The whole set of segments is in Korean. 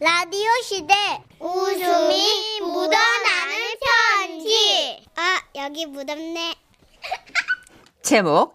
라디오 시대 웃음이 묻어나는 편지 아 여기 묻었네 제목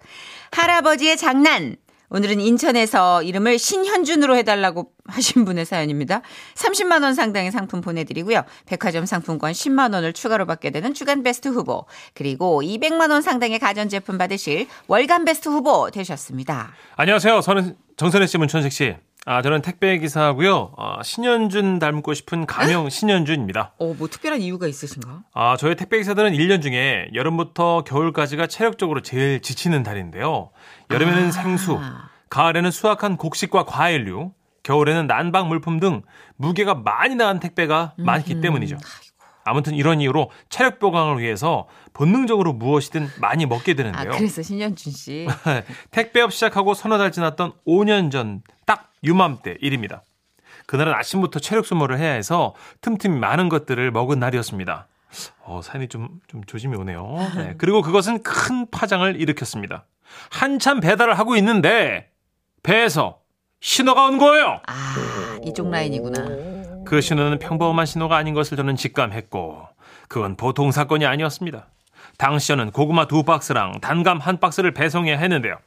할아버지의 장난. 오늘은 인천에서 이름을 신현준으로 해달라고 하신 분의 사연입니다. 30만 원 상당의 상품 보내드리고요. 백화점 상품권 10만 원을 추가로 받게 되는 주간 베스트 후보 그리고 200만 원 상당의 가전제품 받으실 월간 베스트 후보 되셨습니다. 안녕하세요. 저는 정선혜 씨, 문천식 씨. 아, 저는 택배 기사고요. 아, 신현준 닮고 싶은 가명 신현준입니다. 어, 뭐 특별한 이유가 있으신가? 아, 저희 택배 기사들은 1년 중에 여름부터 겨울까지가 체력적으로 제일 지치는 달인데요. 여름에는 생수, 가을에는 수확한 곡식과 과일류, 겨울에는 난방 물품 등 무게가 많이 나간 택배가 많기 때문이죠. 아무튼 이런 이유로 체력 보강을 위해서 본능적으로 무엇이든 많이 먹게 아, 되는데요. 그래서 신현준 씨. 택배업 시작하고 서너 달 지났던 5년 전 딱 유맘때 일입니다. 그날은 아침부터 체력 소모를 해야 해서 틈틈이 많은 것들을 먹은 날이었습니다. 어, 산이 좀, 좀 조심이 오네요. 네, 그리고 그것은 큰 파장을 일으켰습니다. 한참 배달을 하고 있는데 배에서 신호가 온 거예요. 아, 이쪽 라인이구나. 그 신호는 평범한 신호가 아닌 것을 저는 직감했고 그건 보통 사건이 아니었습니다. 당시 저는 고구마 두 박스랑 단감 한 박스를 배송해야 했는데요.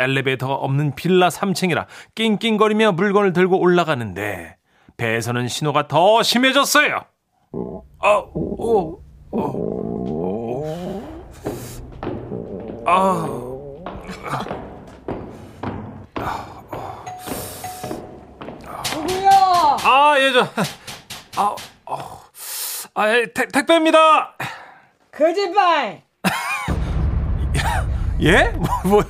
엘리베이터가 없는 빌라 3층이라 낑낑거리며 물건을 들고 올라가는데 배에서는 신호가 더 심해졌어요. 아, 오, 오, 어. 아, 아, 예, 저, 아, 어, 아, 예, 택, 택배입니다. 그 거짓말! 예? 뭐, 뭐,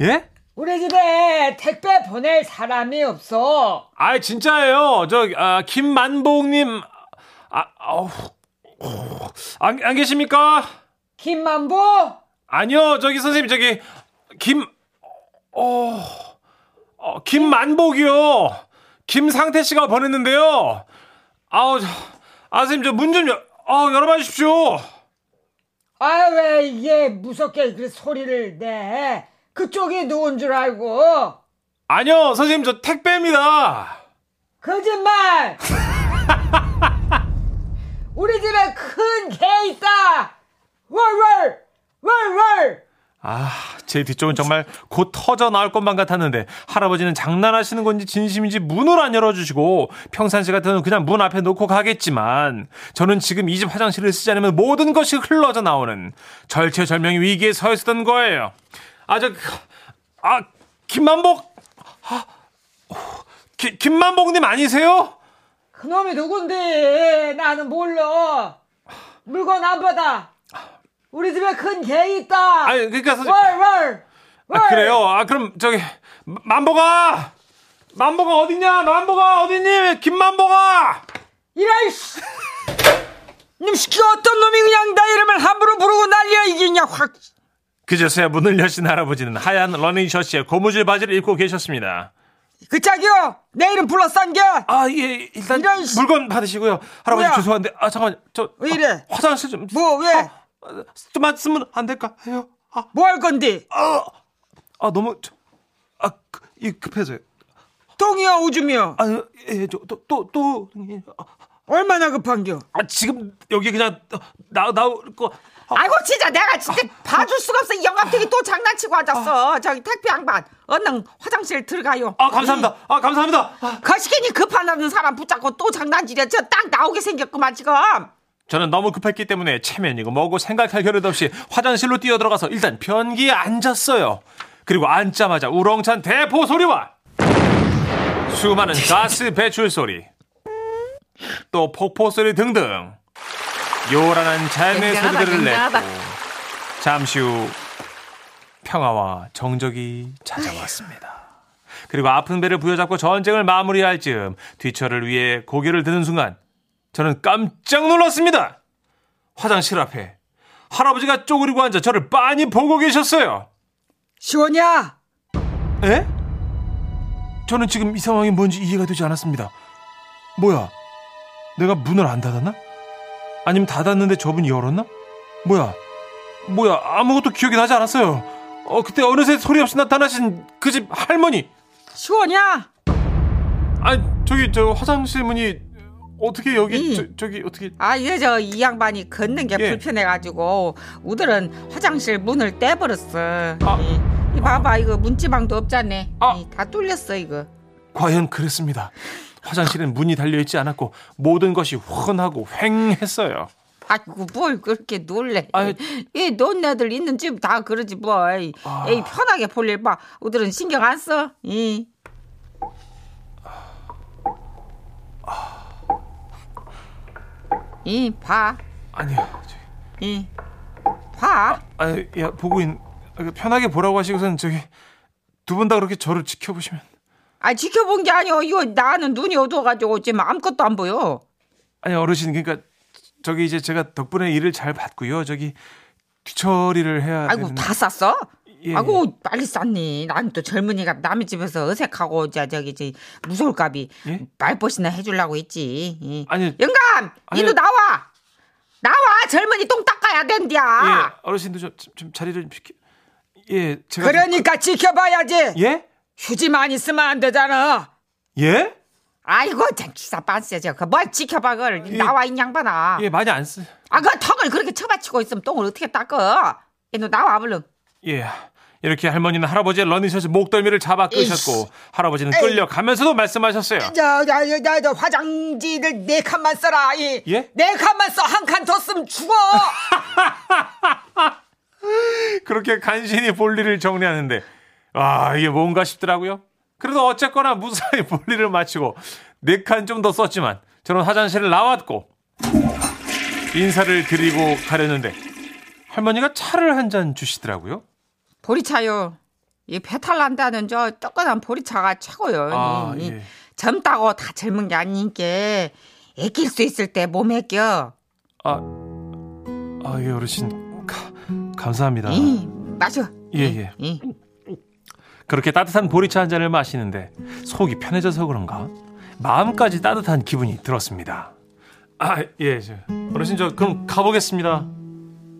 예? 우리 집에 택배 보낼 사람이 없어. 아 진짜예요. 저 아, 김만복님 아, 아우, 오, 안, 안 계십니까? 김만보? 아니요, 저기 선생님 저기 김, 어, 어 김만복이요. 김상태 씨가 보냈는데요. 아우, 저, 아 선생님 저 문 좀 열, 어 열어봐 주십시오. 아, 왜 이게 무섭게 그 소리를 내? 그쪽이 누군 줄 알고? 아니요, 선생님 저 택배입니다. 거짓말! 우리 집에 큰 개 있다! 월월! 월월! 아, 제 뒤쪽은 정말 곧 터져 나올 것만 같았는데 할아버지는 장난하시는 건지 진심인지 문을 안 열어주시고 평상시 같으면 그냥 문 앞에 놓고 가겠지만 저는 지금 이 집 화장실을 쓰지 않으면 모든 것이 흘러져 나오는 절체절명의 위기에 서 있었던 거예요. 아, 저, 아, 김만복, 아, 기, 김만복님 아니세요? 그놈이 누군데? 나는 몰라. 물건 안 받아. 우리 집에 큰 개 있다! 아니, 그러니까 선생님- 월월! 월! 아, 그래요? 아, 그럼 저기, 만복아! 만복아 어딨냐? 만복아 어딨니? 김만복아! 이럴 씨. 님 시키 어떤 놈이 그냥 나 이름을 함부로 부르고 난리야 이게 그냥 확. 그제서야 문을 여신 할아버지는 하얀 러닝 셔츠에 고무줄 바지를 입고 계셨습니다. 그 짝이요. 내 이름 불러싼게 아, 예, 일단 이런 씨- 물건 받으시고요. 할아버지 뭐야? 죄송한데, 아, 잠깐만, 저. 왜 이래? 아, 화장실 좀. 뭐, 왜? 아, 아, 좀만 쓰면 안 될까요? 아, 뭐 할 건데? 아, 아, 너무. 저, 아, 그, 이 급해서요. 똥이요 오줌이요. 아, 예, 저, 또, 또, 또. 예. 얼마나 급한겨? 아, 지금 여기 그냥 나, 나올 거. 아, 아이고 진짜 내가 진짜 봐줄 수가 없어 이 영감탱이 또 장난치고 앉았어 저기 택배 양반 얼른 화장실 들어가요 그 아, 감사합니다. 아, 감사합니다. 아. 거시기니 급하다는 사람 붙잡고 또 장난질이야 저 딱 나오게 생겼구만 지금 저는 너무 급했기 때문에 체면이고 뭐고 생각할 겨를도 없이 화장실로 뛰어들어가서 일단 변기에 앉았어요. 그리고 앉자마자 우렁찬 대포 소리와 수많은 가스 배출 소리, 또 폭포 소리 등등 요란한 자연의 굉장하다, 소리들을 냈고 굉장하다. 잠시 후 평화와 정적이 찾아왔습니다. 그리고 아픈 배를 부여잡고 전쟁을 마무리할 즈음 뒤처를 위해 고개를 드는 순간 저는 깜짝 놀랐습니다. 화장실 앞에 할아버지가 쪼그리고 앉아 저를 빤히 보고 계셨어요. 시원이야. 에? 저는 지금 이 상황이 뭔지 이해가 되지 않았습니다. 뭐야? 내가 문을 안 닫았나? 아니면 닫았는데 저분이 열었나? 뭐야? 뭐야? 아무것도 기억이 나지 않았어요. 어, 그때 어느새 소리 없이 나타나신 그 집 할머니. 시원이야. 아니 저기 저 화장실 문이 어떻게 여기 이. 저, 저기 어떻게 아, 이래 저이 양반이 걷는 게 예. 불편해가지고 오늘은 화장실 문을 떼버렸어. 아. 이, 이 봐봐 이거 문지방도 없잖네. 아. 이, 다 뚫렸어 이거. 과연 그랬습니다. 화장실엔 문이 달려 있지 않았고 모든 것이 훤하고 횡했어요. 아이고 뭘 그렇게 놀래? 아유. 이 논네들 있는 집 다 그러지 뭐. 에이, 아. 에이, 편하게 볼일 봐. 오늘은 신경 안 써. 이. 이 봐. 아니요. 저기. 이 봐. 아, 야 보고 있 편하게 보라고 하시고선 저기 두 분 다 그렇게 저를 지켜보시면 아 지켜본 게 아니오. 이거 나는 눈이 어두워가지고 지금 아무것도 안 보여. 아니 어르신 그러니까 저기 이제 제가 덕분에 일을 잘 봤고요. 저기 뒤처리를 해야 아이고 되는데. 다 쌌어? 예, 아이고 빨리 쌌니. 난 또 젊은이가 남의 집에서 어색하고 저 저기 저 무서울까비 예? 말벗이나 해주려고 했지. 예. 아니 영감, 아니- 이도 나와. 나와 젊은이 똥 닦아야 된디야. 예, 어르신도 좀, 좀, 좀 자리를 좀 비켜. 예, 제가 좀- 그러니까 지켜봐야지. 예? 휴지만 있으면 안 되잖아. 예? 아이고 참 기사 빤스야 저뭘 지켜봐 그걸 예. 나와 이 양반아. 예, 많이 안 쓰. 아 그 턱을 그렇게 쳐받치고 있으면 똥을 어떻게 닦어? 얘너 나와 얼른. 예. 이렇게 할머니는 할아버지의 러닝셔츠 목덜미를 잡아 끄셨고 할아버지는 끌려가면서도 말씀하셨어요. 야야야야 화장지를 네 칸만 써라 이. 예? 네 칸만 써 한 칸 더 쓰면 죽어 그렇게 간신히 볼일을 정리하는데 아 이게 뭔가 싶더라고요. 그래도 어쨌거나 무사히 볼일을 마치고 네 칸 좀 더 썼지만 저는 화장실을 나왔고 인사를 드리고 가려는데 할머니가 차를 한 잔 주시더라고요. 보리차요. 이 배탈 난다는 저 뜨끈한 보리차가 최고요. 아, 이- 이 예. 젊다고 다 젊은 게 아니니까 애낄 수 있을 때 몸에 껴. 아, 아, 예, 어르신. 가- 감사합니다. 이 마셔. 아. 예, 예. 이. 그렇게 따뜻한 보리차 한 잔을 마시는데 속이 편해져서 그런가 마음까지 따뜻한 기분이 들었습니다. 아, 예, 저, 어르신 저 그럼 가보겠습니다.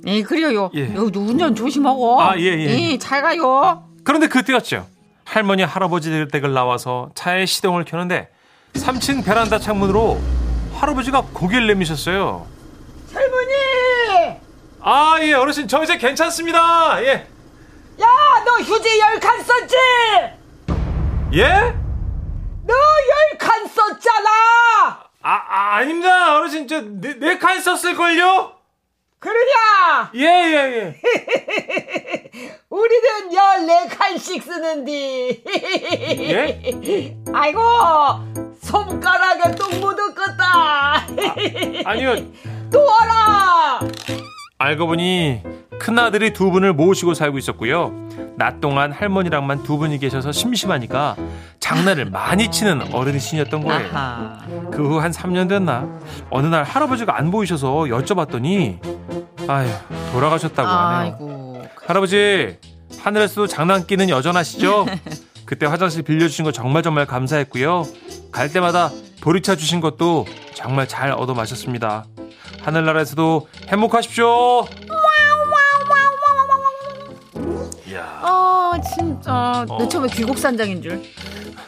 예, 그래요. 예. 요 운전 조심하고. 아, 예, 어, 예. 예, 잘 가요. 그런데 그때였죠. 할머니 할아버지들 댁을 나와서 차에 시동을 켜는데 3층 베란다 창문으로 할아버지가 고개를 내미셨어요. 젊은이 아, 예, 어르신 저 이제 괜찮습니다. 예. 야 너 휴지 열 칸 썼지 예? 너 열 칸 썼잖아 아, 아 아닙니다. 어르신 저네칸 썼을걸요? 그러냐 예, 예, 예. 우리는 열네 칸씩 쓰는디 예? 아이고 손가락에 똥 묻었겠다 아니요. 또 와라 알고 보니 큰아들이 두 분을 모시고 살고 있었고요. 낮 동안 할머니랑만 두 분이 계셔서 심심하니까 장난을 많이 치는 어르신이었던 거예요. 아하. 그 후 한 3년 됐나? 어느 날 할아버지가 안 보이셔서 여쭤봤더니 아휴, 돌아가셨다고 하네요. 아이고. 할아버지, 하늘에서도 장난기는 여전하시죠? 그때 화장실 빌려주신 거 정말 정말 감사했고요. 갈 때마다 보리차 주신 것도 정말 잘 얻어 마셨습니다. 하늘나라에서도 행복하십시오. 아 진짜 내 처음에 귀곡산장인 줄.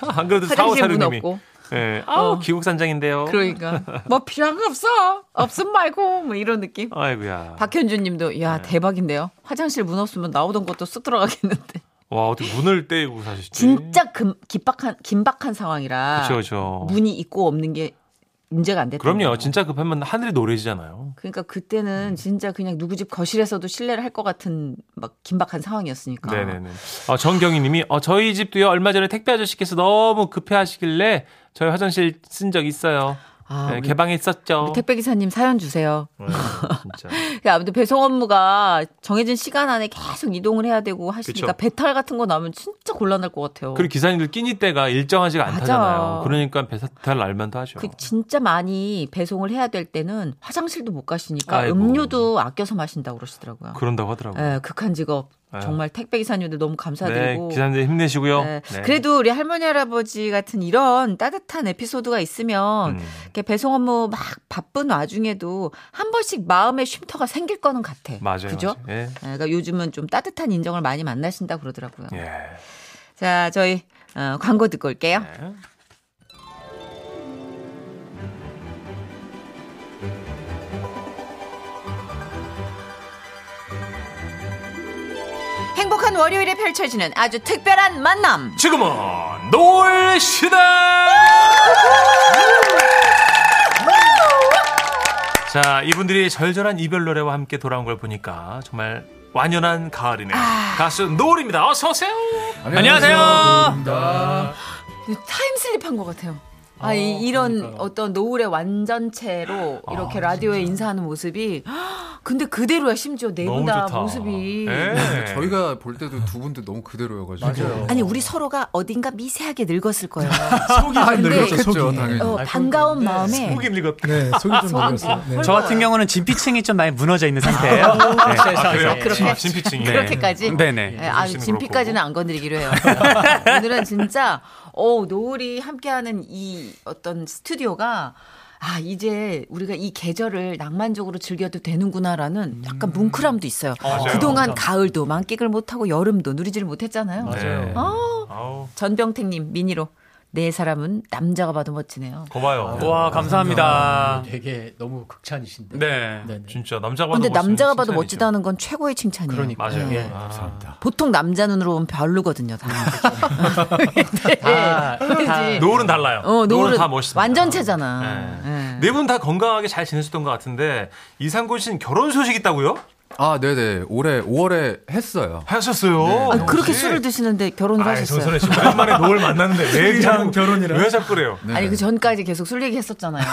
안 그래도 어. 사오 화장실 문 사령님이 없고. 예, 아우 어. 기국산장인데요. 그러니까 뭐 필요한 거 없어. 없음 말고 뭐 이런 느낌. 아이고야. 네. 박현주님도 야 대박인데요. 화장실 문 없으면 나오던 것도 쑥 들어가겠는데. 와 어떻게 문을 떼고 사셨지? 진짜 금, 긴박한 긴박한 상황이라 그렇죠, 그렇죠. 문이 있고 없는 게 문제가 안 됐다. 그럼요. 진짜 급하면 하늘이 노래지잖아요. 그러니까 음. 그때는 진짜 그냥 누구 집 거실에서도 실례를 할 것 같은 막 긴박한 상황이었으니까. 네네네. 어, 정경희님이 어, 저희 집도요 얼마 전에 택배 아저씨께서 너무 급해하시길래 저희 화장실 쓴 적 있어요. 아, 네, 우리 개방했었죠. 우리 택배 기사님 사연 주세요. 네, 진짜. 야, 아무튼 배송 업무가 정해진 시간 안에 계속 이동을 해야 되고 하시니까 그쵸. 배탈 같은 거 나면 진짜 곤란할 것 같아요. 그리고 기사님들 끼니 때가 일정하지가 맞아. 않다잖아요. 그러니까 배탈 날만도 하죠. 그 진짜 많이 배송을 해야 될 때는 화장실도 못 가시니까 아이고. 음료도 아껴서 마신다고 그러시더라고요. 그런다고 하더라고요. 예, 극한 직업. 아유. 정말 택배 기사님들 너무 네, 감사드리고. 기사님들 힘내시고요. 예, 네. 그래도 우리 할머니 할아버지 같은 이런 따뜻한 에피소드가 있으면 음. 이렇게 배송 업무 막 바쁜 와중에도 한 번씩 마음의 쉼터가 생길 거는 같아. 맞아요. 그죠? 맞아요. 예. 예, 그러니까 요즘은 좀 따뜻한 인정을 많이 만나신다 그러더라고요. 예. 자, 저희 어, 광고 듣고 올게요. 네. 행복한 월요일에 펼쳐지는 아주 특별한 만남. 지금은 노을 시대! 자, 이분들이 절절한 이별 노래와 함께 돌아온 걸 보니까 정말 완연한 가을이네요. 아. 가수 노을입니다. 어서오세요! 아, 안녕하세요! 타임슬립한 것 같아요. 아, 이, 이런 어떤 노을의 완전체로 아, 이렇게 라디오에 인사하는 모습이 근데 그대로야 심지어 너무 네분다 좋다. 모습이 예. 저희가 볼 때도 두 분도 너무 그대로여가지고 아니 우리 서로가 어딘가 미세하게 늙었을 거예요. 속이 아, 근데- 늙었죠, 그쵸. 속이 당연히 어, 반가운 마음에 속이 늙었다. 네, 속이 좀 놀랐어요. 네. 저 같은 경우는 진피층이 좀 많이 무너져 있는 상태예요. 네. 아, 그래요? 그렇게- 아, 진피칭이. 네. 그렇게까지. 네네. 예, 아, 조심은 진피까지는 그렇고. 안 건드리기로 해요. 오늘은 진짜 어 노을이 함께하는 이 어떤 스튜디오가 아 이제 우리가 이 계절을 낭만적으로 즐겨도 되는구나라는 약간 뭉클함도 있어요. 맞아요. 그동안 가을도 만끽을 못하고 여름도 누리지를 못했잖아요. 네. 아, 아우, 전병택님 미니로 네 사람은 남자가 봐도 멋지네요. 고마워요. 와 감사합니다. 되게 너무 극찬이신데. 네. 네네. 진짜 남자가 봐도 근데 남자가 봐도 멋있는 멋지다는 건 최고의 칭찬이에요. 그러니까. 칭찬이죠. 맞아요. 예. 아, 보통 남자 눈으로 보면 별로거든요, 다. 다, 그치? 노을은 달라요. 어, 노을은 다 멋있습니다. 완전체잖아. 예. 네 분 다 건강하게 잘 지내셨던 것 같은데 이상곤 씨는 결혼 소식 있다고요? 아 네네 올해 5월에 했어요 하셨어요. 아니, 그렇게 술을 드시는데 결혼을 아이, 예, 정선혜 하셨어요. 씨 오랜만에 노을 만났는데 왜 자꾸 결혼이라? 왜 자꾸 그래요? 아니 그 전까지 계속 술 얘기했었잖아요.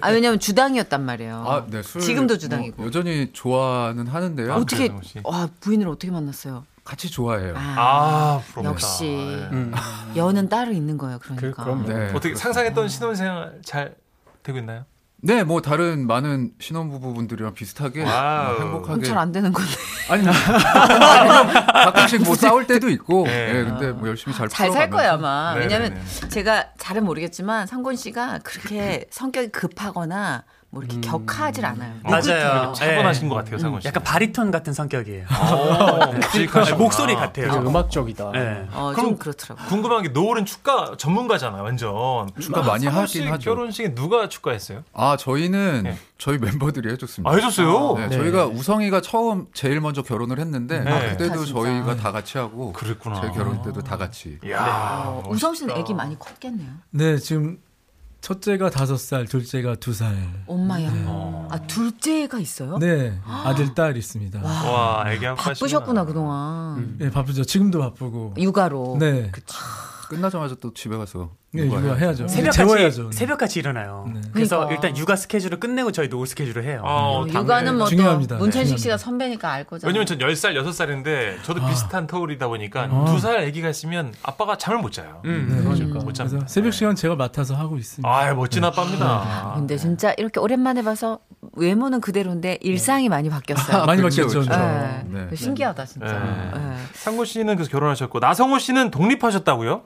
아 왜냐면 주당이었단 말이에요. 아, 네, 술 지금도 주당이고. 뭐 여전히 좋아는 하는데요 어떻게 그래요, 혹시? 와 부인을 어떻게 만났어요? 같이 좋아해요 아, 부럽다. 역시 예. 연은 따로 있는 거예요. 음. 그러니까. 그럼요. 네, 어떻게 그렇습니다. 상상했던 신혼생활 잘 되고 있나요? 네, 뭐 다른 많은 신혼부부분들이랑 비슷하게 뭐 와우. 행복하게 그럼 잘안 되는 건데 아니 뭐 가끔씩 뭐 싸울 때도 있고 네. 예 근데 뭐 열심히 잘 잘 살 거예요 풀어가면서. 아마. 네, 왜냐면 네, 제가 잘은 모르겠지만 상곤 씨가 그렇게 성격이 급하거나 뭐 음. 이렇게 격하질 않아요. 음, 맞아요. 차분하신 네. 것 같아요, 상곤 씨. 어, 약간 바리톤 같은 성격이에요. 네. 오, 묵직하시구나. 목소리 같아요. 되게 음악적이다. 네. 어, 그럼 좀 그렇더라고. 요 궁금한 게 노을은 축가 전문가잖아요, 완전. 축가 많이 상곤 하긴 씨 하죠. 결혼식에 누가 축가했어요? 아 저희는 네. 저희 멤버들이 해줬습니다. 아, 해줬어요. 네, 저희가 우성이가 처음 제일 먼저 결혼을 했는데 네. 그때도 아, 진짜. 저희가 다 같이 하고 그랬구나. 제 결혼 때도 다 같이 야, 어, 우성 씨는 애기 많이 컸겠네요. 네, 지금 첫째가 다섯 살, 둘째가 두 살. 엄마야. 네. 아 둘째가 있어요? 네, 아들 딸 있습니다. 와, 애기하고 바쁘셨구나 하시구나. 그동안 음. 네, 바쁘죠. 지금도 바쁘고. 육아로. 네, 끝나자마자 또 집에 가서 네, 육아해요. 육아 해야죠. 새벽까지 재워야죠. 새벽까지 일어나요. 그러니까. 그래서 일단 육아 스케줄을 끝내고 저희 노후 스케줄을 해요. 어, 어, 당연히. 육아는 뭐 중요합니다. 또 문천식 네. 씨가 선배니까 알 거잖아요. 왜냐면 전 10살, 6살인데 저도 아. 비슷한 터울이다 보니까 두 2살 아기가 있으면 아빠가 잠을 못 자요. 네. 그러니까. 못 잡니다. 그래서 네. 새벽 시간 제가 맡아서 하고 있습니다. 아, 멋진 아빠입니다. 네. 근데 진짜 이렇게 오랜만에 봐서 외모는 그대로인데 일상이 많이 바뀌었어요. 아, 많이 그렇죠, 바뀌었죠. 그렇죠. 네. 네. 네. 그거 신기하다 진짜. 네. 네. 상고 씨는 그래서 결혼하셨고 나성호 씨는 독립하셨다고요?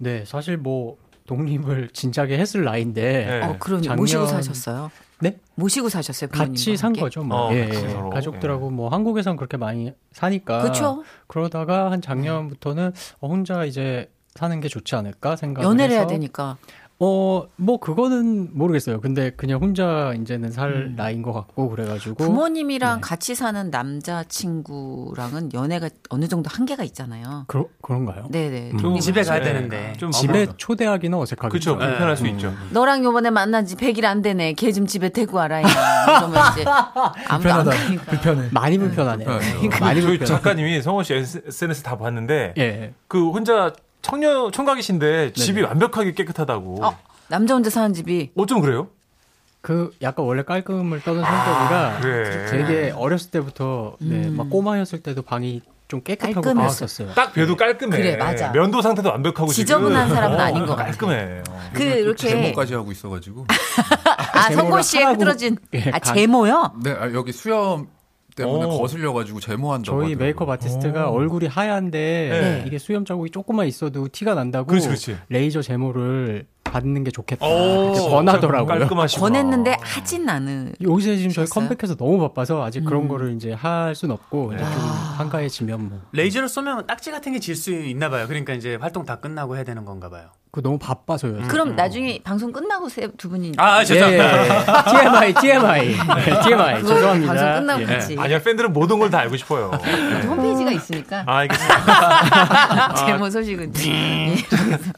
네, 사실 뭐 독립을 진작에 했을 나이인데 네. 어, 그럼 작년- 모시고 사셨어요? 네? 모시고 사셨어요? 같이 부모님과 산 함께? 거죠. 뭐. 어, 예, 같이 예. 서로. 네. 가족들하고 뭐 한국에선 그렇게 많이 사니까. 그쵸? 그러다가 한 작년부터는 네. 어, 혼자 이제 사는 게 좋지 않을까 생각. 연애를 해야 되니까. 어, 뭐 그거는 모르겠어요. 근데 그냥 혼자 이제는 살 음. 나이인 것 같고 그래가지고. 네. 부모님이랑 같이 사는 남자 친구랑은 연애가 어느 정도 한계가 있잖아요. 그러, 그런가요? 네네. 음. 좀 음. 집에 가야 네. 되는데. 좀 집에 아무래도- 초대하기는 예. 어색하겠죠. 그쵸 그렇죠. 네. 불편할 음. 수 있죠. 너랑 요번에 만난 지 100일 안 되네. 걔 좀 집에 데리고 와라. 이놈아. 이러면 이제 아무도 안 가니까. 불편해. 많이 불편하네요. 많이 저희 불편해. 작가님이 성호 씨 SNS 다 봤는데 예. 그 혼자 청년 총각이신데 집이 완벽하게 깨끗하다고. 어, 남자 혼자 사는 집이 어쩜 그래요? 그 약간 원래 깔끔을 떠는 성격이라 그래. 네. 되게 어렸을 때부터 네, 막 꼬마였을 때도 방이 좀 깨끗하고 음. 깔끔했어. 그랬었어요. 딱 봬도 깔끔해. 그래, 맞아. 면도 상태도 완벽하고 지금. 지저분한 사람은 어, 아닌 것 같아. 깔끔해. 어. 그 이렇게 제모까지 하고 있어가지고 아 성곤 씨의 하라고- 흐드러진 예, 아 간- 제모요? 네 아, 여기 수염 때문에 오. 거슬려가지고 제모한다고 저희 하더라고요. 어. 메이크업 아티스트가 얼굴이 하얀데 네. 이게 수염 자국이 조금만 있어도 티가 난다고 그렇지, 그렇지. 레이저 제모를 받는 게 아, 좋겠다. 어. 오, 그때 권하더라고요. 깔끔하시고. 권했는데 하진 않은. 요새 지금 저희 하셨어요? 음. 컴백해서 너무 바빠서 아직 그런 거를 이제 할 순 없고 이렇게 좀 아. 한가해지면 뭐 레이저를 쏘면 딱지 같은 게 질 수 있나 봐요. 그러니까 이제 활동 다 끝나고 해야 되는 건가 봐요. 그 너무 바빠서요. 그럼 나중에 방송 끝나고 세- 두 분이 아, 예, 예, 죄송합니다. TMI, TMI, TMI. 그걸 죄송합니다. 아, 방송 끝나고 예. 같이 아니요, 팬들은 모든 걸 다 알고 싶어요. 홈페이지가 있으니까 아, 아, 알겠습니다. 제모 소식은 음. 예.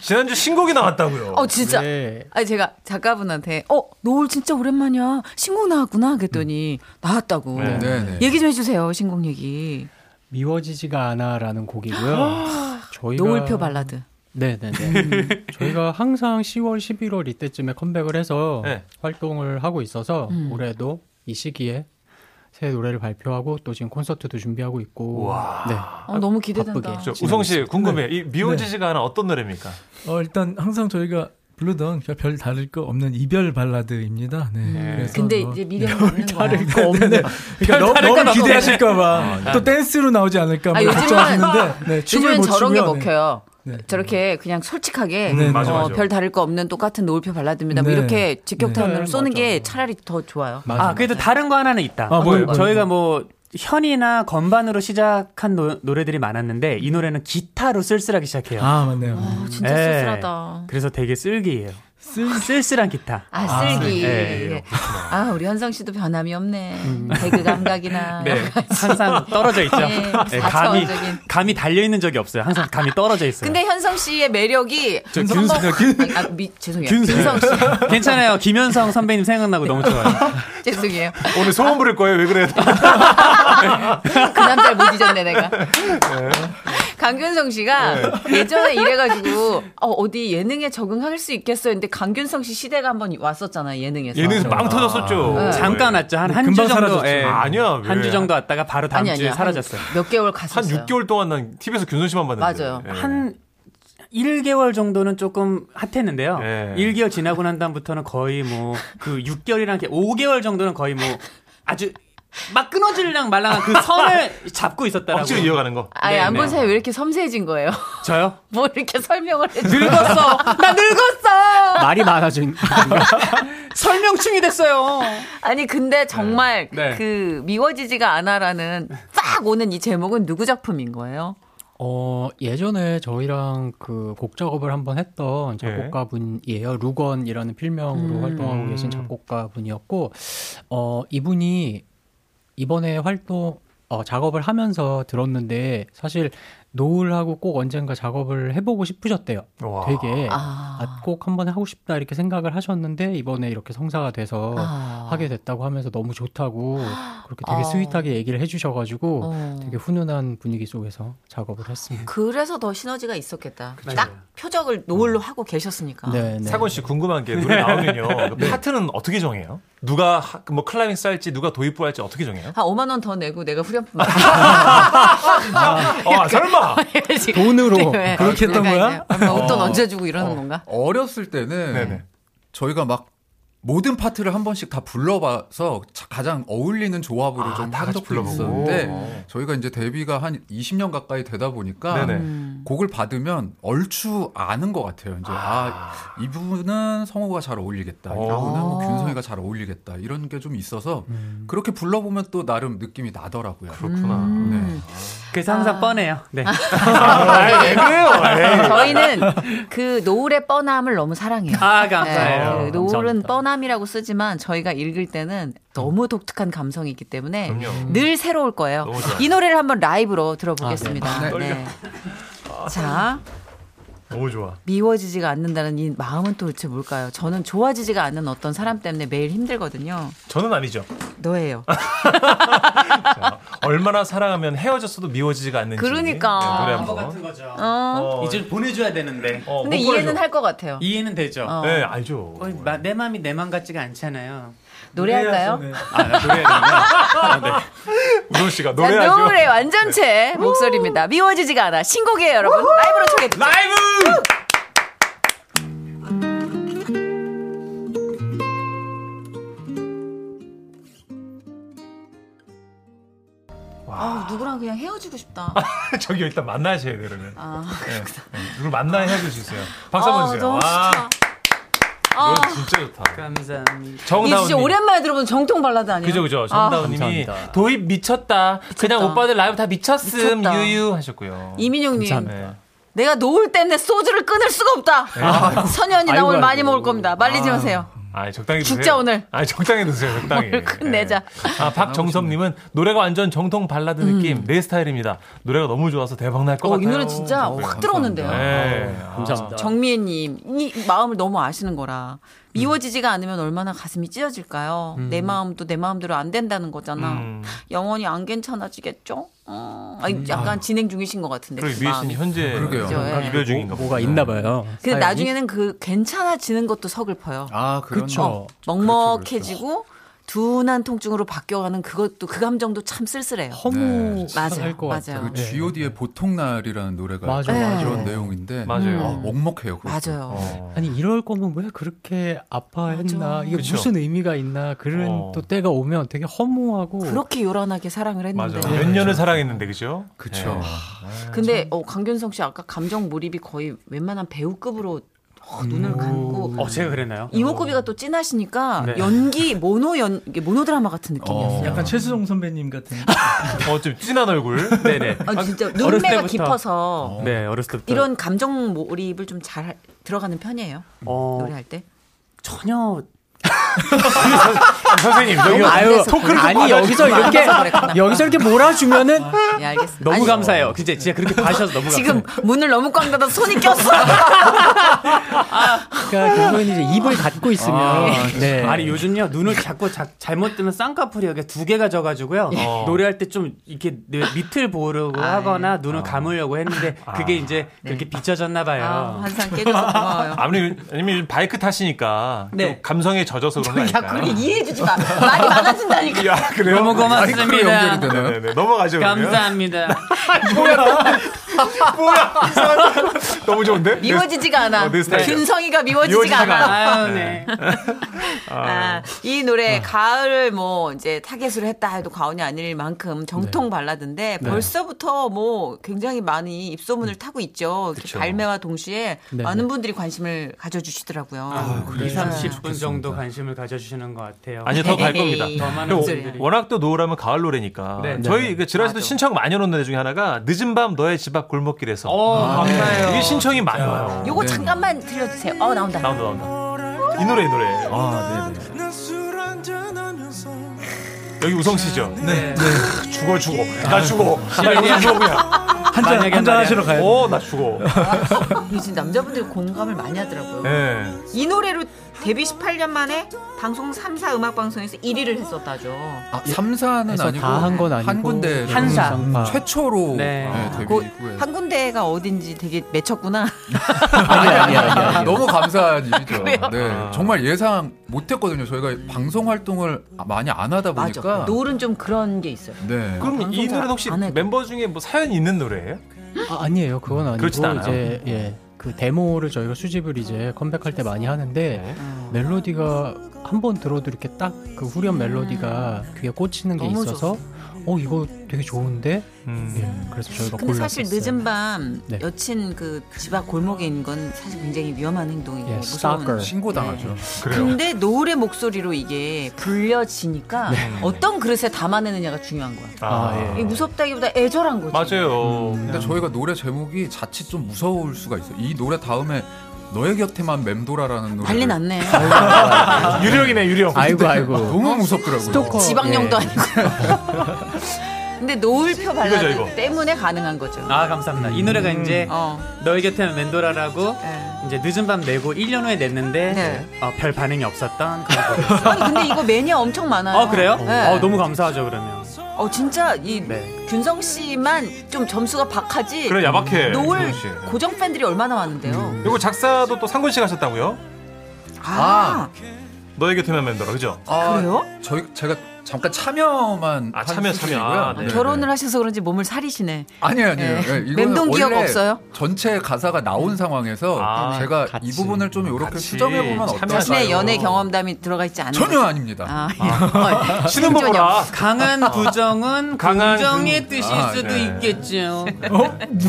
지난주 신곡이 나왔다고요. 어 진짜 네. 아니 제가 작가분한테 어 노을 진짜 오랜만이야 신곡 나왔구나 그랬더니 나왔다고 네네. 얘기 좀 해주세요 신곡 얘기 미워지지가 않아라는 곡이고요. 저희가 노을표 발라드 네네네. 저희가 항상 10월, 11월 이때쯤에 컴백을 해서 네. 활동을 하고 있어서 올해도 이 시기에 새 노래를 발표하고 또 지금 콘서트도 준비하고 있고. 네. 어, 너무 기대된다 바쁘게. 저 우성 씨 궁금해. 이 미워지지가 않은 어떤 노래입니까? 어, 일단 항상 저희가 부르던 그냥 별 다를 거 없는 이별 발라드입니다. 네. 그래서 근데 뭐- 이제 미련이 없는 거야 다를 거 없네. 그러니까 너, 너무 기대하실까봐 또 댄스로 나오지 않을까 아, 봐 요즘은- 걱정하시는데 네, 춤을 요즘엔 못 저런 게 추면 먹혀요 네. 저렇게 그냥 솔직하게 네, 맞아, 어, 맞아. 별 다를 거 없는 똑같은 노을표 발라드입니다 뭐 네. 이렇게 직격탄으로 네, 쏘는 게 차라리 더 좋아요 맞아요. 아, 그래도 다른 거 하나는 있다. 아, 뭐예요? 뭐, 저희가 뭐 현이나 건반으로 시작한 노, 노래들이 많았는데 이 노래는 기타로 쓸쓸하게 시작해요. 아 맞네요. 어, 진짜 예. 쓸쓸하다 그래서 되게 쓸기예요. 쓸쓸한 기타. 아 쓸기 예. 아 우리 현성 씨도 변함이 없네 개그 감각이나 네, 항상 떨어져 있죠. 예, 네, 감이 사차원적인. 감이 달려 있는 적이 없어요. 항상 감이 떨어져 있어요. 그러니까. 근데 현성 씨의 매력이 한번 균성, 확- 아, 미, 죄송해요. 균성 씨 괜찮아요. 김현성 선배님 생각나고 너무 좋아요. 죄송해요. 오늘 소원 부를 거예요. 왜 그래요? 그 남자를 못 잊었네 내가. 강균성 씨가 네. 예전에 이래가지고 어, 어디 예능에 적응할 수 있겠어요. 근데 강균성 씨 시대가 한번 네. 왔었잖아 요 예능에서. 예능에서 빵 터졌었죠. 네. 네. 네. 그렇죠. 잠깐 왔죠. 한 한 주 금방 정도. 사라졌죠. 예. 아니야, 왜. 한 주 정도 왔다가 바로 다음 아니 아니 주에 사라졌어요. 몇 개월 한 갔었어요. 6개월 동안 난 TV에서 균선 씨만 봤는데. 맞아요. 예. 한 1개월 정도는 조금 핫했는데요. 예. 1개월 지나고 난 다음부터는 거의 뭐 그 6개월이랑 5개월 정도는 거의 뭐 아주 막 끊어질랑 말랑한 그 선을 잡고 있었다라고. 억지로 이어가는 거. 아니 안 본 네. 사이 왜 이렇게 섬세해진 거예요? 저요? 뭐 이렇게 설명을 해줘. 늙었어. 나 늙었어. 말이 많아진. 설명충이 됐어요. 아니 근데 정말 네. 그 미워지지가 않아라는 쫙 오는 이 제목은 누구 작품인 거예요? 어, 예전에 저희랑 그 곡 작업을 한번 했던 작곡가분이에요. 루건이라는 필명으로 활동하고 계신 작곡가분이었고, 어, 이분이 이번에 활동, 어, 작업을 하면서 들었는데, 사실 노을하고 꼭 언젠가 작업을 해보고 싶으셨대요. 와. 되게. 아. 아, 꼭 한번 하고 싶다 이렇게 생각을 하셨는데, 이번에 이렇게 성사가 돼서 아. 하게 됐다고 하면서 너무 좋다고 그렇게 되게 아. 스윗하게 얘기를 해주셔가지고, 어. 되게 훈훈한 분위기 속에서 작업을 했습니다. 그래서 더 시너지가 있었겠다. 네. 딱 표적을 노을로 음. 하고 계셨으니까. 네, 네. 사건 씨 궁금한 게 노래 나오면요. 그 파트는 어떻게 정해요? 누가 하- 뭐 클라이맥스 할지 누가 도입부 할지 어떻게 정해요? 한 5만 원 더 내고 내가 후렴만 아, 설마. 네, 돈으로 어, 그렇게 했던 거야? 옷돈 얹어주고 이러는 건가? 어렸을 때는 네네. 저희가 막 모든 파트를 한 번씩 다 불러봐서 자- 가장 어울리는 조합으로 아, 좀 다 한 같이 적도 불러보고. 있었는데 저희가 이제 데뷔가 한 20년 가까이 되다 보니까 네네. 곡을 받으면 얼추 아는 것 같아요. 이제 아, 이 부분은 성우가 잘 어울리겠다. 어. 이 부분은 뭐 균성이가 잘 어울리겠다. 이런 게 좀 있어서 그렇게 불러보면 또 나름 느낌이 나더라고요. 음. 네. 그렇구나. 그래서 항상 아. 뻔해요. 네. 어. 아, 예. 예. 네. 저희는 그 노을의 뻔함을 너무 사랑해요. 아, 네, 감사해요. 그 노을은 감사합니다. 뻔함이라고 쓰지만 저희가 읽을 때는 너무 독특한 감성이 있기 때문에 음. 그럼요. 늘 새로울 거예요. 너무 좋아요. 아, 이 노래를 한번 라이브로 들어보겠습니다. 네. 자, 너무 좋아. 미워지지가 않는다는 이 마음은 또 도대체 뭘까요? 저는 좋아지지가 않는 어떤 사람 때문에 매일 힘들거든요. 저는 아니죠. 너예요. 자, 네. 얼마나 사랑하면 헤어졌어도 미워지지가 않는지. 그러니까. 네, 노래 한번. 거죠. 어. 어, 이제 보내줘야 되는데 어, 근데 못 보내줘. 이해는 할 것 같아요. 이해는 되죠. 어. 네, 알죠. 거의 마- 내 마음이 내 마음 같지가 않잖아요. 노래할까요? 아, 나 노래하는구나. 아, 네. 우선 씨가 자, 노래하죠. 네. 노래 완전체 목소리입니다. 미워지지가 않아. 신곡이에요, 여러분. 라이브로 소개해 드릴게요. 라이브! 아, 누구랑 그냥 헤어지고 싶다. 저기 일단 만나셔야 돼요, 그러면. 아, 네. 네, 누굴 만나야 헤어질 수 있어요. 박수 아, 한번 주세요. 너무 와, 좋다. 아, 이거 진짜 좋다. 감사합니다. 이게 정다운님. 진짜 오랜만에 들어본 정통 발라드 아니에요? 그죠 그죠 정다운님이 도입 미쳤다. 그냥 오빠들 라이브 다 미쳤음 미쳤다. 유유 하셨고요. 이민용님, 네. 내 내가 노을 때문에 소주를 끊을 수가 없다. 선현이 나 아이고, 오늘 많이 아이고. 먹을 겁니다. 말리지 아. 마세요. 아, 적당히 드세요. 죽자, 오늘. 아, 적당히 드세요. 적당히. 오늘 끝내자. 예. 아, 박정섭 님은 노래가 완전 정통 발라드 느낌 내 스타일입니다. 노래가 너무 좋아서 대박 날 것 음. 어, 이 같아요. 노래 진짜 네. 확 들어오는데요. 예. 감사합니다. 정미애님, 이 마음을 너무 아시는 거라. 미워지지가 않으면 얼마나 가슴이 찢어질까요? 내 마음도 내 마음대로 안 된다는 거잖아. 음. 영원히 안 괜찮아지겠죠? 어. 아니, 약간 진행 중이신 것 같은데. 그리고 그 미애 마음이. 씨는 현재 그러게요. 그죠, 예. 이별 중인가 봐요. 뭐가 있나 봐요. 근데 사연이. 나중에는 그 괜찮아지는 것도 서글퍼요. 아, 그런 어. 그쵸. 먹먹해지고 그렇죠, 둔한 통증으로 바뀌어가는 그것도 그 감정도 참 쓸쓸해요. 허무 네. 맞아요, 할 것 네. 같아요. 네. 맞아요. 그 G.O.D의 의 보통 날이라는 노래가 맞아, 맞아. 이런 내용인데 맞아요. 아, 먹먹해요. 그렇죠. 그것도. 맞아요. 어. 아니 이럴 거면 왜 그렇게 아파했나 이게 그쵸. 무슨 의미가 있나 그런 어. 또 때가 오면 되게 허무하고 그렇게 요란하게 사랑을 맞아. 했는데. 네. 몇 년을 사랑했는데 그죠? 그쵸. 예. 근데 어, 강균성 씨 아까 감정 몰입이 거의 웬만한 배우급으로 어, 눈을 감고 어, 제가 그랬나요? 이목구비가 또 진하시니까 네. 연기 모노 연 이게 모노드라마 같은 느낌이었어요. 약간 최수종 선배님 같은. 어, 좀 진한 얼굴. 네네. 아, 진짜 어렸을 눈매가 때부터. 깊어서 네, 어렸을 때부터. 이런 감정 몰입을 좀 잘 들어가는 편이에요. 어, 노래할 때. 전혀 아, 선생님, 저기 아유, 토크를 좀 아니 받아주지 여기서 마. 이렇게 알아서 그랬구나. 여기서 이렇게 몰아주면은 예, 알겠습니다. 너무 아니, 감사해요. 어, 진짜 진짜 그렇게 봐주셔서 너무 지금 감사해요. 문을 너무 꽝 닫아서 손이 꼈어. 그러니까 결국은 이제 입을 닫고 아, 있으면 네. 아니 그렇죠. 요즘요 눈을 자꾸 자- 잘못 뜨면 쌍꺼풀이 여기 두 개가 져가지고요 예. 어. 노래할 때 좀 이렇게 내 밑을 보려고 아, 예. 하거나 눈을 감으려고 했는데 그게 이제 그렇게 비춰졌나 봐요. 네. 아, 환상 깨줘서 고마워요. 아무리 아니면 요즘 바이크 타시니까 네. 좀 감성에 젖어서 그런 거 야, 아닐까요? 그걸 이해해주지 마. 말이 많아진다니까. 야, 그래요? 너무 마이크로 고맙습니다. 연결이 되나요? 네네 넘어가죠. 그러면. 감사합니다. 뭐야? 이상한 너무 좋은데? 미워지지가 않아. 어, 내 스타일이야. 균성이가 미워지지가, 미워지지가 않아. 않아. 아유 네. 아, 이 노래 어. 가을을 뭐 이제 타겟으로 했다 해도 과언이 아닐 만큼 정통 네. 발라드인데 벌써부터 뭐 굉장히 많이 음. 입소문을 타고 있죠. 이렇게 발매와 동시에 네. 많은 분들이 관심을 가져주시더라고요. 아, 네. 2, 30분 정도 관심을 가져주시는 것 아, 같아요. 아니요 더 갈 에이, 겁니다. 더 네. 많은 그리고 분들이. 워낙 또 노을하면 가을 노래니까 네. 저희 그 지라시도 신청 많이 오는 노래 중에 하나가 늦은 밤 너의 집 앞 골목길에서 아, 네. 어, 감사해요. 이게 신청이 많이 와요. 요거 잠깐만 들려주세요. 어 나온다. 네. 나온다 나온다. 이 노래 이 노래. 아, 네네. 여기 우성 씨죠. 네. 죽어 죽어. 나 죽어. 나 여기서 죽어 그냥. 한잔 만약에 한잔 말이야. 하시러 가야 돼. 어, 나 죽어. 요즘 남자분들이 공감을 많이 하더라고요. 예. 이 노래로 데뷔 18년 만에 방송 3사 음악 방송에서 1위를 했었다죠. 아, 3사는 그래서 아니고 다 한 건 아니고 한 군데 한사. 최초로 네. 네, 데뷔 그 이후에 한 군데가 어딘지 되게 맺혔구나. 아니야 아니야 아니야. 아니야. 너무 감사한 일이죠. 그래요? 네, 정말 예상 못했거든요. 저희가 방송 활동을 많이 안 하다 맞아. 그러니까. 보니까 노을은 좀 그런 게 있어요. 네. 그럼 이 방송 잘 노래는 혹시 안 해도. 멤버 중에 뭐 사연이 있는 노래예요? 아, 아니에요. 그건 아니고 그렇진 않아요. 이제 예. 그 데모를 저희가 수집을 이제 컴백할 때 많이 하는데 네. 어. 멜로디가 한 번 들어도 이렇게 딱 그 후렴 멜로디가 귀에 꽂히는 게 너무 있어서 어 이거 되게 좋은데 음. 예, 그래서 저희가 근데 골랐어요. 사실 늦은 밤 네. 여친 그 집 앞 골목에 있는 건 사실 굉장히 위험한 행동이고 예, 무서운. stalker. 네. 신고당하죠. 그래요. 근데 노을의 목소리로 이게 불려지니까 네. 어떤 그릇에 담아내느냐가 중요한 거야. 아, 예. 이게 무섭다기보다 애절한 거지. 맞아요. 근데 저희가 노래 제목이 자칫 좀 무서울 수가 있어요. 이 노래 다음에 너의 곁에만 맴돌아라는 노래. 난리 났네. 유령이네 유령. 아이고 아이고. 너무 무섭더라고요. 스토커. 지방령도 예. 아니고. 근데 노을표 발라드 이거죠, 이거. 때문에 가능한 거죠. 아 예. 감사합니다. 이 노래가 이제 어. 너의 곁에 멘도라라고 네. 이제 늦은 밤 내고 1년 후에 냈는데 네. 어, 별 반응이 없었던 그런 곡이었어요. 아니 근데 이거 매니아 엄청 많아요. 어 그래요? 네. 어 너무 감사하죠 그러면. 어 진짜 이 네. 균성 씨만 좀 점수가 박하지. 그래 야박해. 예, 노을 균성 씨. 음. 고정 팬들이 얼마나 많은데요. 그리고 작사도 또 상근 씨가 하셨다고요? 아, 너에게 되면 멘더라 그죠? 아, 그래요? 저희 제가 잠깐 참여만 아, 한 참여, 참여. 수준이고요. 아, 네. 어, 결혼을 하셔서 그런지 몸을 사리시네. 아니 아니에요. 예. 예, 이거는 랜덤 기억 원래 없어요? 음. 전체 가사가 나온 상황에서 아, 제가 이 부분을 좀 이렇게 같이 수정해 보면 참여하자. 어떨까요? 자신의 연애 경험담이 들어가 있지 않은 전혀 거죠? 아닙니다. 아, 이런 걸. 신은 먹어라. 강한 부정은 강한 긍- 아. 긍정의 뜻일 아, 수도 네. 있겠죠.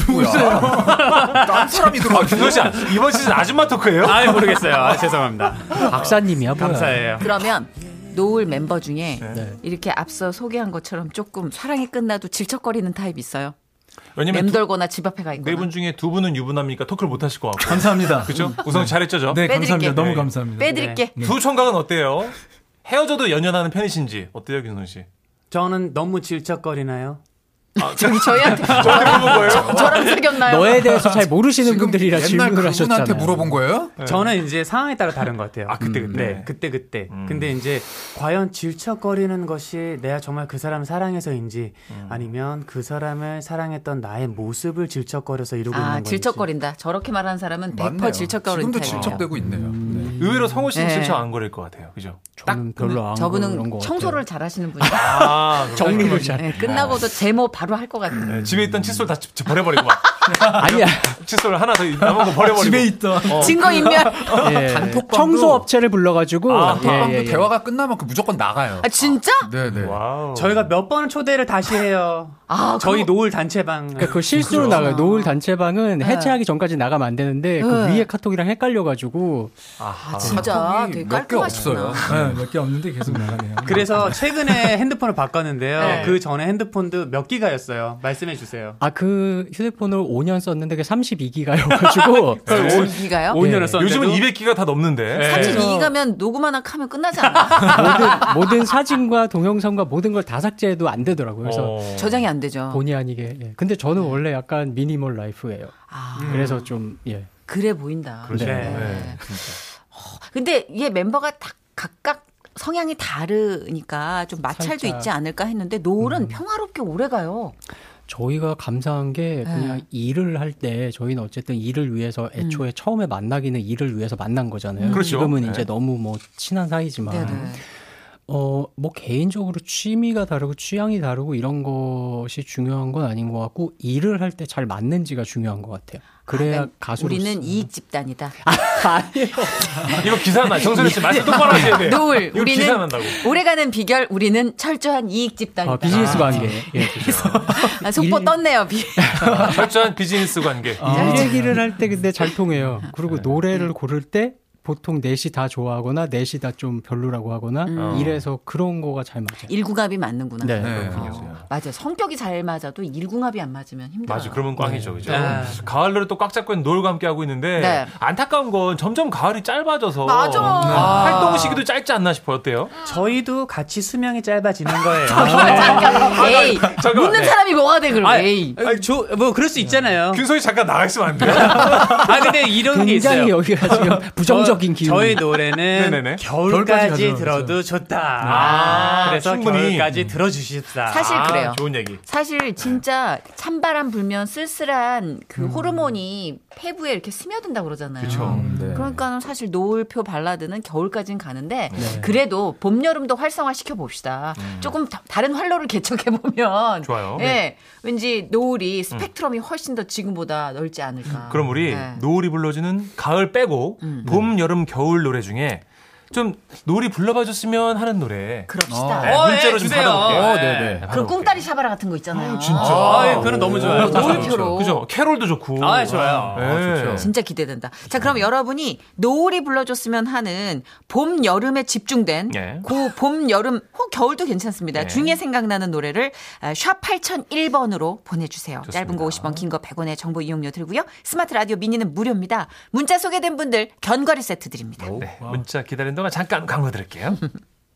뭐야? 땀사람이 들어왔어. 균성 씨 이번 시즌 아줌마 토크예요? 아 모르겠어요. 아, 죄송합니다. 박사님이야 뭐야. 감사해요. 그러면 노을 멤버 중에 네. 이렇게 앞서 소개한 것처럼 조금 사랑이 끝나도 질척거리는 타입 있어요? 왜냐면 맴돌거나 집 앞에 가 있거나. 네 분 중에 두 분은 유부남이니까 토크를 못 하실 것 같고. 감사합니다. 그죠? 우선 잘했죠, 저? 네, 빼드릴게요. 네. 감사합니다. 너무 감사합니다. 빼드릴게. 두 총각은 어때요? 헤어져도 연연하는 편이신지 어때요, 김선 씨? 저는 너무 질척거리나요? 저기 저희한테 저한테 물어본 거예요? 저랑 사귀었나요? 너에 대해서 잘 모르시는 지금 분들이라 옛날 질문을 그분한테 하셨잖아요. 물어본 거예요? 저는 이제 상황에 따라 다른 것 같아요. 네. 아, 그때, 그때. 음. 네, 그때 그때. 근데 이제 과연 질척거리는 것이 내가 정말 그 사람을 사랑해서인지 음. 아니면 그 사람을 사랑했던 나의 모습을 질척거려서 이루고 있는 아 건지. 질척거린다. 저렇게 말하는 사람은 100% 맞네요. 질척거리는 지금도 타입이에요. 질척되고 있네요. 음. 네. 의외로 성우 씨는 네. 질척 안 거릴 것 같아요. 그죠? 저는 별로 안 그런 저분은 것 청소를 같아요. 잘하시는 분이에요. 아, 정리를 잘. 네, 끝나고도 제모 바로 할 것 같아요. 네, 집에 있던 칫솔 다 집- 집 버려버리고 막. 아니야. 칫솔 하나 더 남은 거 버려버리고. 집에 있던 증거 인멸. 예. 아, 단톡방도- 청소 업체를 불러가지고 아, 예, 방 예, 예. 대화가 끝나면 그 무조건 나가요. 아 진짜? 네네. 와우. 저희가 몇 번을 초대를 다시 해요. 아 저희 저희 노을 단체방. 그러니까 그 실수로 나가요. 노을 단체방은 해체하기 전까지 나가면 안 되는데 그 네. 위에 카톡이랑 헷갈려가지고 아하. 아, 진짜 되게 몇개 깔끔하시구나. 없어요. 네, 몇개 없는데 계속 나가네요. 그래서 최근에 핸드폰을 바꿨는데요. 네. 그 전에 핸드폰도 몇 기가였어요. 말씀해 주세요. 아 그 휴대폰을 5년 썼는데 그 32기가여가지고 그걸 5기가요? 5년을 예. 썼는데 네. 요즘은 200기가 다 넘는데. 네. 32기가면 녹음 하나 하면 끝나지 않아요? 모든, 모든 사진과 동영상과 모든 걸 다 삭제해도 안 되더라고요. 그래서 어. 저장이 안 되죠. 본의 아니게. 예. 근데 저는 원래 약간 미니멀 라이프예요. 아 그래서 좀 예. 그래 보인다. 그러죠. 네. 네. 근데 이게 멤버가 다 각각 성향이 다르니까 좀 마찰도 살짝. 음. 있지 않을까 했는데 노을은 평화롭게 오래 가요. 저희가 감사한 게 그냥 일을 할 때 저희는 어쨌든 일을 위해서 애초에 처음에 만나기는 일을 위해서 만난 거잖아요. 그렇죠. 지금은 네. 이제 너무 뭐 친한 사이지만 네네. 아, 어, 뭐 개인적으로 취미가 다르고 취향이 다르고 이런 것이 중요한 건 아닌 것 같고 일을 할 때 잘 맞는지가 중요한 것 같아요. 그래야 아, 맨- 가수로서 우리는 이익 집단이다. 아니에요. 이거 기사 나. 정선우 씨 말씀 똑바로 하셔야 네. 돼요. 노을 이거 기사 우리는 난다고. 오래가는 비결 우리는 철저한 이익 집단이다. 아, 비즈니스 관계. 예. 아, 속보 일- 떴네요. 비. 어. 철저한 비즈니스 관계. 일 얘기를 할 때 근데 잘 통해요. 그리고 네. 노래를 고를 때 보통 넷이 다 좋아하거나 넷이 다 좀 별로라고 하거나 이래서 그런 거가 잘 맞아요. 일궁합이 맞는구나. 네. 네. 어, 맞아. 성격이 잘 맞아도 일궁합이 안 맞으면 힘들어. 맞아, 그러면 꽝이죠, 그죠? 네. 가을 노래 또 꽉 잡고 있는 노을과 함께 하고 있는데 네. 안타까운 건 점점 가을이 짧아져서 맞아. 아. 활동 시기도 짧지 않나 싶어요. 어때요? 저희도 같이 수명이 짧아지는 거예요. 잠깐, 아, 에이. 잠깐만, 묻는 네. 사람이 뭐가 돼, 그럼. 에이. 아니, 저, 뭐, 그럴 수 어. 있잖아요. 균선이 잠깐 나가 있으면 안 돼요? 아, 근데 이런 게 있어요. 어, 굉장히 여기가 지금 부정적인 기운. 저희 노래는 네네네. 겨울까지 겨울까지 들어도 좋다. 아, 그래서 충분히. 겨울까지 들어주십사. 사실 그래요. 아, 좋은 얘기. 사실 진짜 찬바람 불면 쓸쓸한 그 호르몬이 페부에 이렇게 스며든다 그러잖아요. 음. 그쵸. 네. 그러니까 사실 노을표 발라드는 겨울까진 가는데 네. 그래도 봄 여름도 활성화 시켜 봅시다. 조금 다- 다른 활로를 개척해 보면 음. 좋아요. 네. 음. 예, 왠지 노을이 스펙트럼이 훨씬 더 지금보다 넓지 않을까. 그럼 우리 네. 음. 노을이 불러주는 가을 빼고 봄, 여름, 겨울 노래 중에 좀 노을이 불러봐 줬으면 하는 노래. 그럽시다. 네, 어, 문자로 좀 예, 주세요. 받아볼게요. 어, 네네. 네, 그 받아볼게요. 꿍따리 샤바라 같은 거 있잖아요. 진짜. 아, 그건 너무 좋아요. 어, 노을표로. 그죠? 캐롤도 좋고. 아, 좋아요. 네. 아, 좋죠. 진짜 기대된다. 자, 그럼 여러분이 노을이 불러줬으면 하는 봄, 여름에 집중된 예. 그 봄, 여름, 혹 겨울도 괜찮습니다. 예. 중에 생각나는 노래를 아, 샵 8001번으로 보내주세요. 짧은 거 50원, 긴 거 100원의 정보 이용료 들고요. 스마트 라디오 미니는 무료입니다. 문자 소개된 분들 견과류 세트 드립니다. 네, 문자 기다리는 동안 잠깐 광고 드릴게요.